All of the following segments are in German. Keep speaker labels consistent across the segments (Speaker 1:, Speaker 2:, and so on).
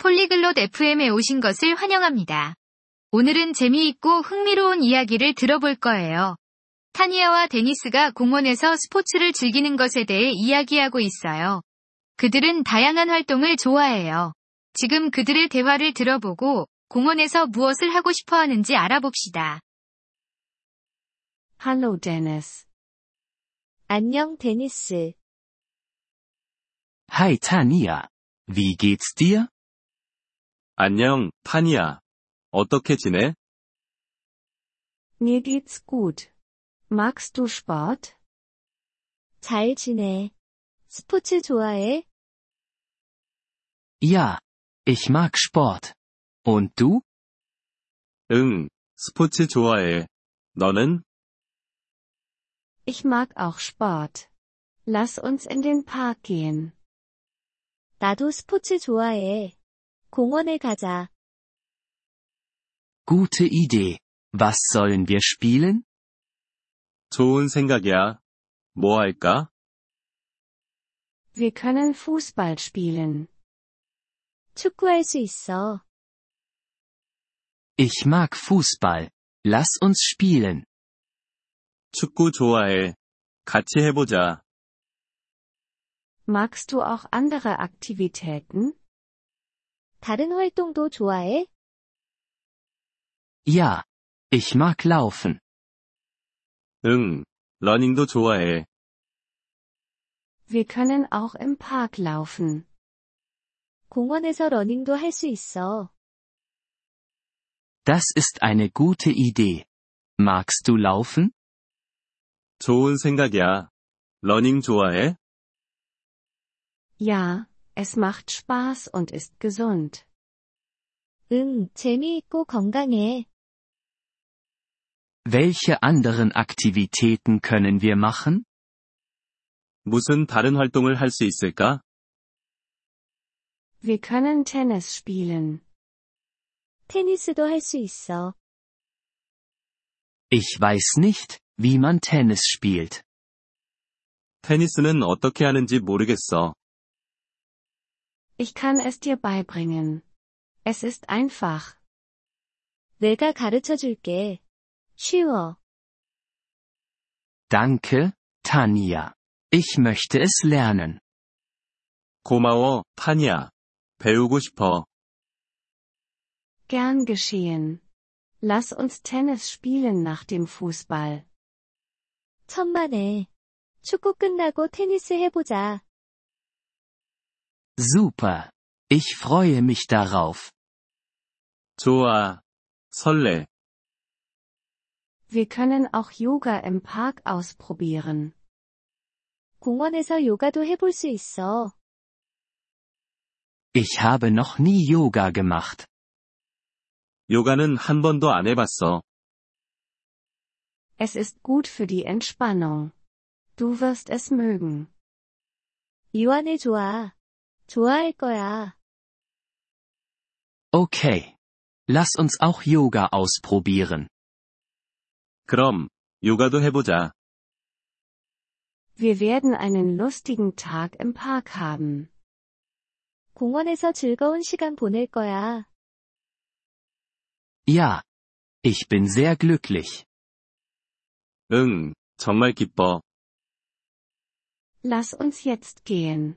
Speaker 1: 폴리글롯 FM에 오신 것을 환영합니다. 오늘은 재미있고 흥미로운 이야기를 들어볼 거예요. 타니아와 데니스가 공원에서 스포츠를 즐기는 것에 대해 이야기하고 있어요. 그들은 다양한 활동을 좋아해요. 지금 그들의 대화를 들어보고 공원에서 무엇을 하고 싶어 하는지 알아봅시다.
Speaker 2: Hallo Dennis.
Speaker 3: 안녕, 데니스.
Speaker 4: Hi Tania. Wie geht's dir?
Speaker 5: 안녕, 타니야. 어떻게 지내?
Speaker 2: Mir geht's gut. Magst du Sport?
Speaker 3: 잘 지내. 스포츠 좋아해?
Speaker 4: Ja. Ich mag Sport. Und du?
Speaker 5: 응, 스포츠 좋아해. 너는?
Speaker 2: Ich mag auch Sport. Lass uns in den Park gehen.
Speaker 3: 나도 스포츠 좋아해. 공원에 가자.
Speaker 4: Gute Idee. Was sollen wir spielen?
Speaker 5: 좋은 생각이야. 뭐 할까?
Speaker 2: Wir können Fußball spielen.
Speaker 3: 축구할 수 있어.
Speaker 4: Ich mag Fußball. Lass uns spielen.
Speaker 5: 축구 좋아해. 같이 해보자.
Speaker 2: Magst du auch andere Aktivitäten?
Speaker 3: 다른 활동도 좋아해?
Speaker 4: Ja. Ich mag Laufen.
Speaker 5: 응, 러닝도 좋아해.
Speaker 2: Wir können auch im Park laufen.
Speaker 3: 공원에서 러닝도 할 수 있어.
Speaker 4: Das ist eine gute Idee. Magst du laufen?
Speaker 5: 좋은 생각이야. 러닝 좋아해?
Speaker 2: Ja, es macht Spaß und ist gesund.
Speaker 3: 응, 재미있고 건강해.
Speaker 4: Welche anderen Aktivitäten können wir machen?
Speaker 5: 무슨 다른 활동을 할 수 있을까?
Speaker 2: Wir können Tennis spielen.
Speaker 3: 테니스도 할 수 있어.
Speaker 4: Ich weiß nicht, wie man Tennis spielt.
Speaker 5: 테니스는 어떻게 하는지 모르겠어.
Speaker 2: Ich kann es dir beibringen. Es ist einfach.
Speaker 3: 내가 가르쳐 줄게. 쉬워.
Speaker 4: Danke, Tanja. Ich möchte es lernen.
Speaker 5: 고마워, 타니야. 배우고 싶어.
Speaker 2: Gern geschehen. Lass uns Tennis spielen nach dem Fußball.
Speaker 3: 천만에. 축구 끝나고 테니스 해보자.
Speaker 4: Super. Ich freue mich darauf.
Speaker 5: 좋아. 설레.
Speaker 2: Wir können auch Yoga im Park ausprobieren.
Speaker 3: 공원에서 요가도 해볼 수 있어.
Speaker 4: Ich habe noch nie Yoga gemacht.
Speaker 5: 요가는 한 번도 안 해봤어.
Speaker 2: Es ist gut für die Entspannung. Du wirst es mögen.
Speaker 3: 이완해 좋아. 좋아할 거야.
Speaker 4: Okay. Lass uns auch Yoga ausprobieren.
Speaker 5: 그럼, 요가도 해보자.
Speaker 2: Wir werden einen lustigen Tag im Park haben.
Speaker 3: 공원에서 즐거운 시간 보낼 거야.
Speaker 4: Ja. Ich bin sehr glücklich.
Speaker 5: 응, 정말 기뻐.
Speaker 2: Lass uns jetzt gehen.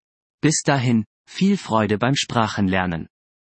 Speaker 4: Bis dahin, viel Freude beim Sprachenlernen.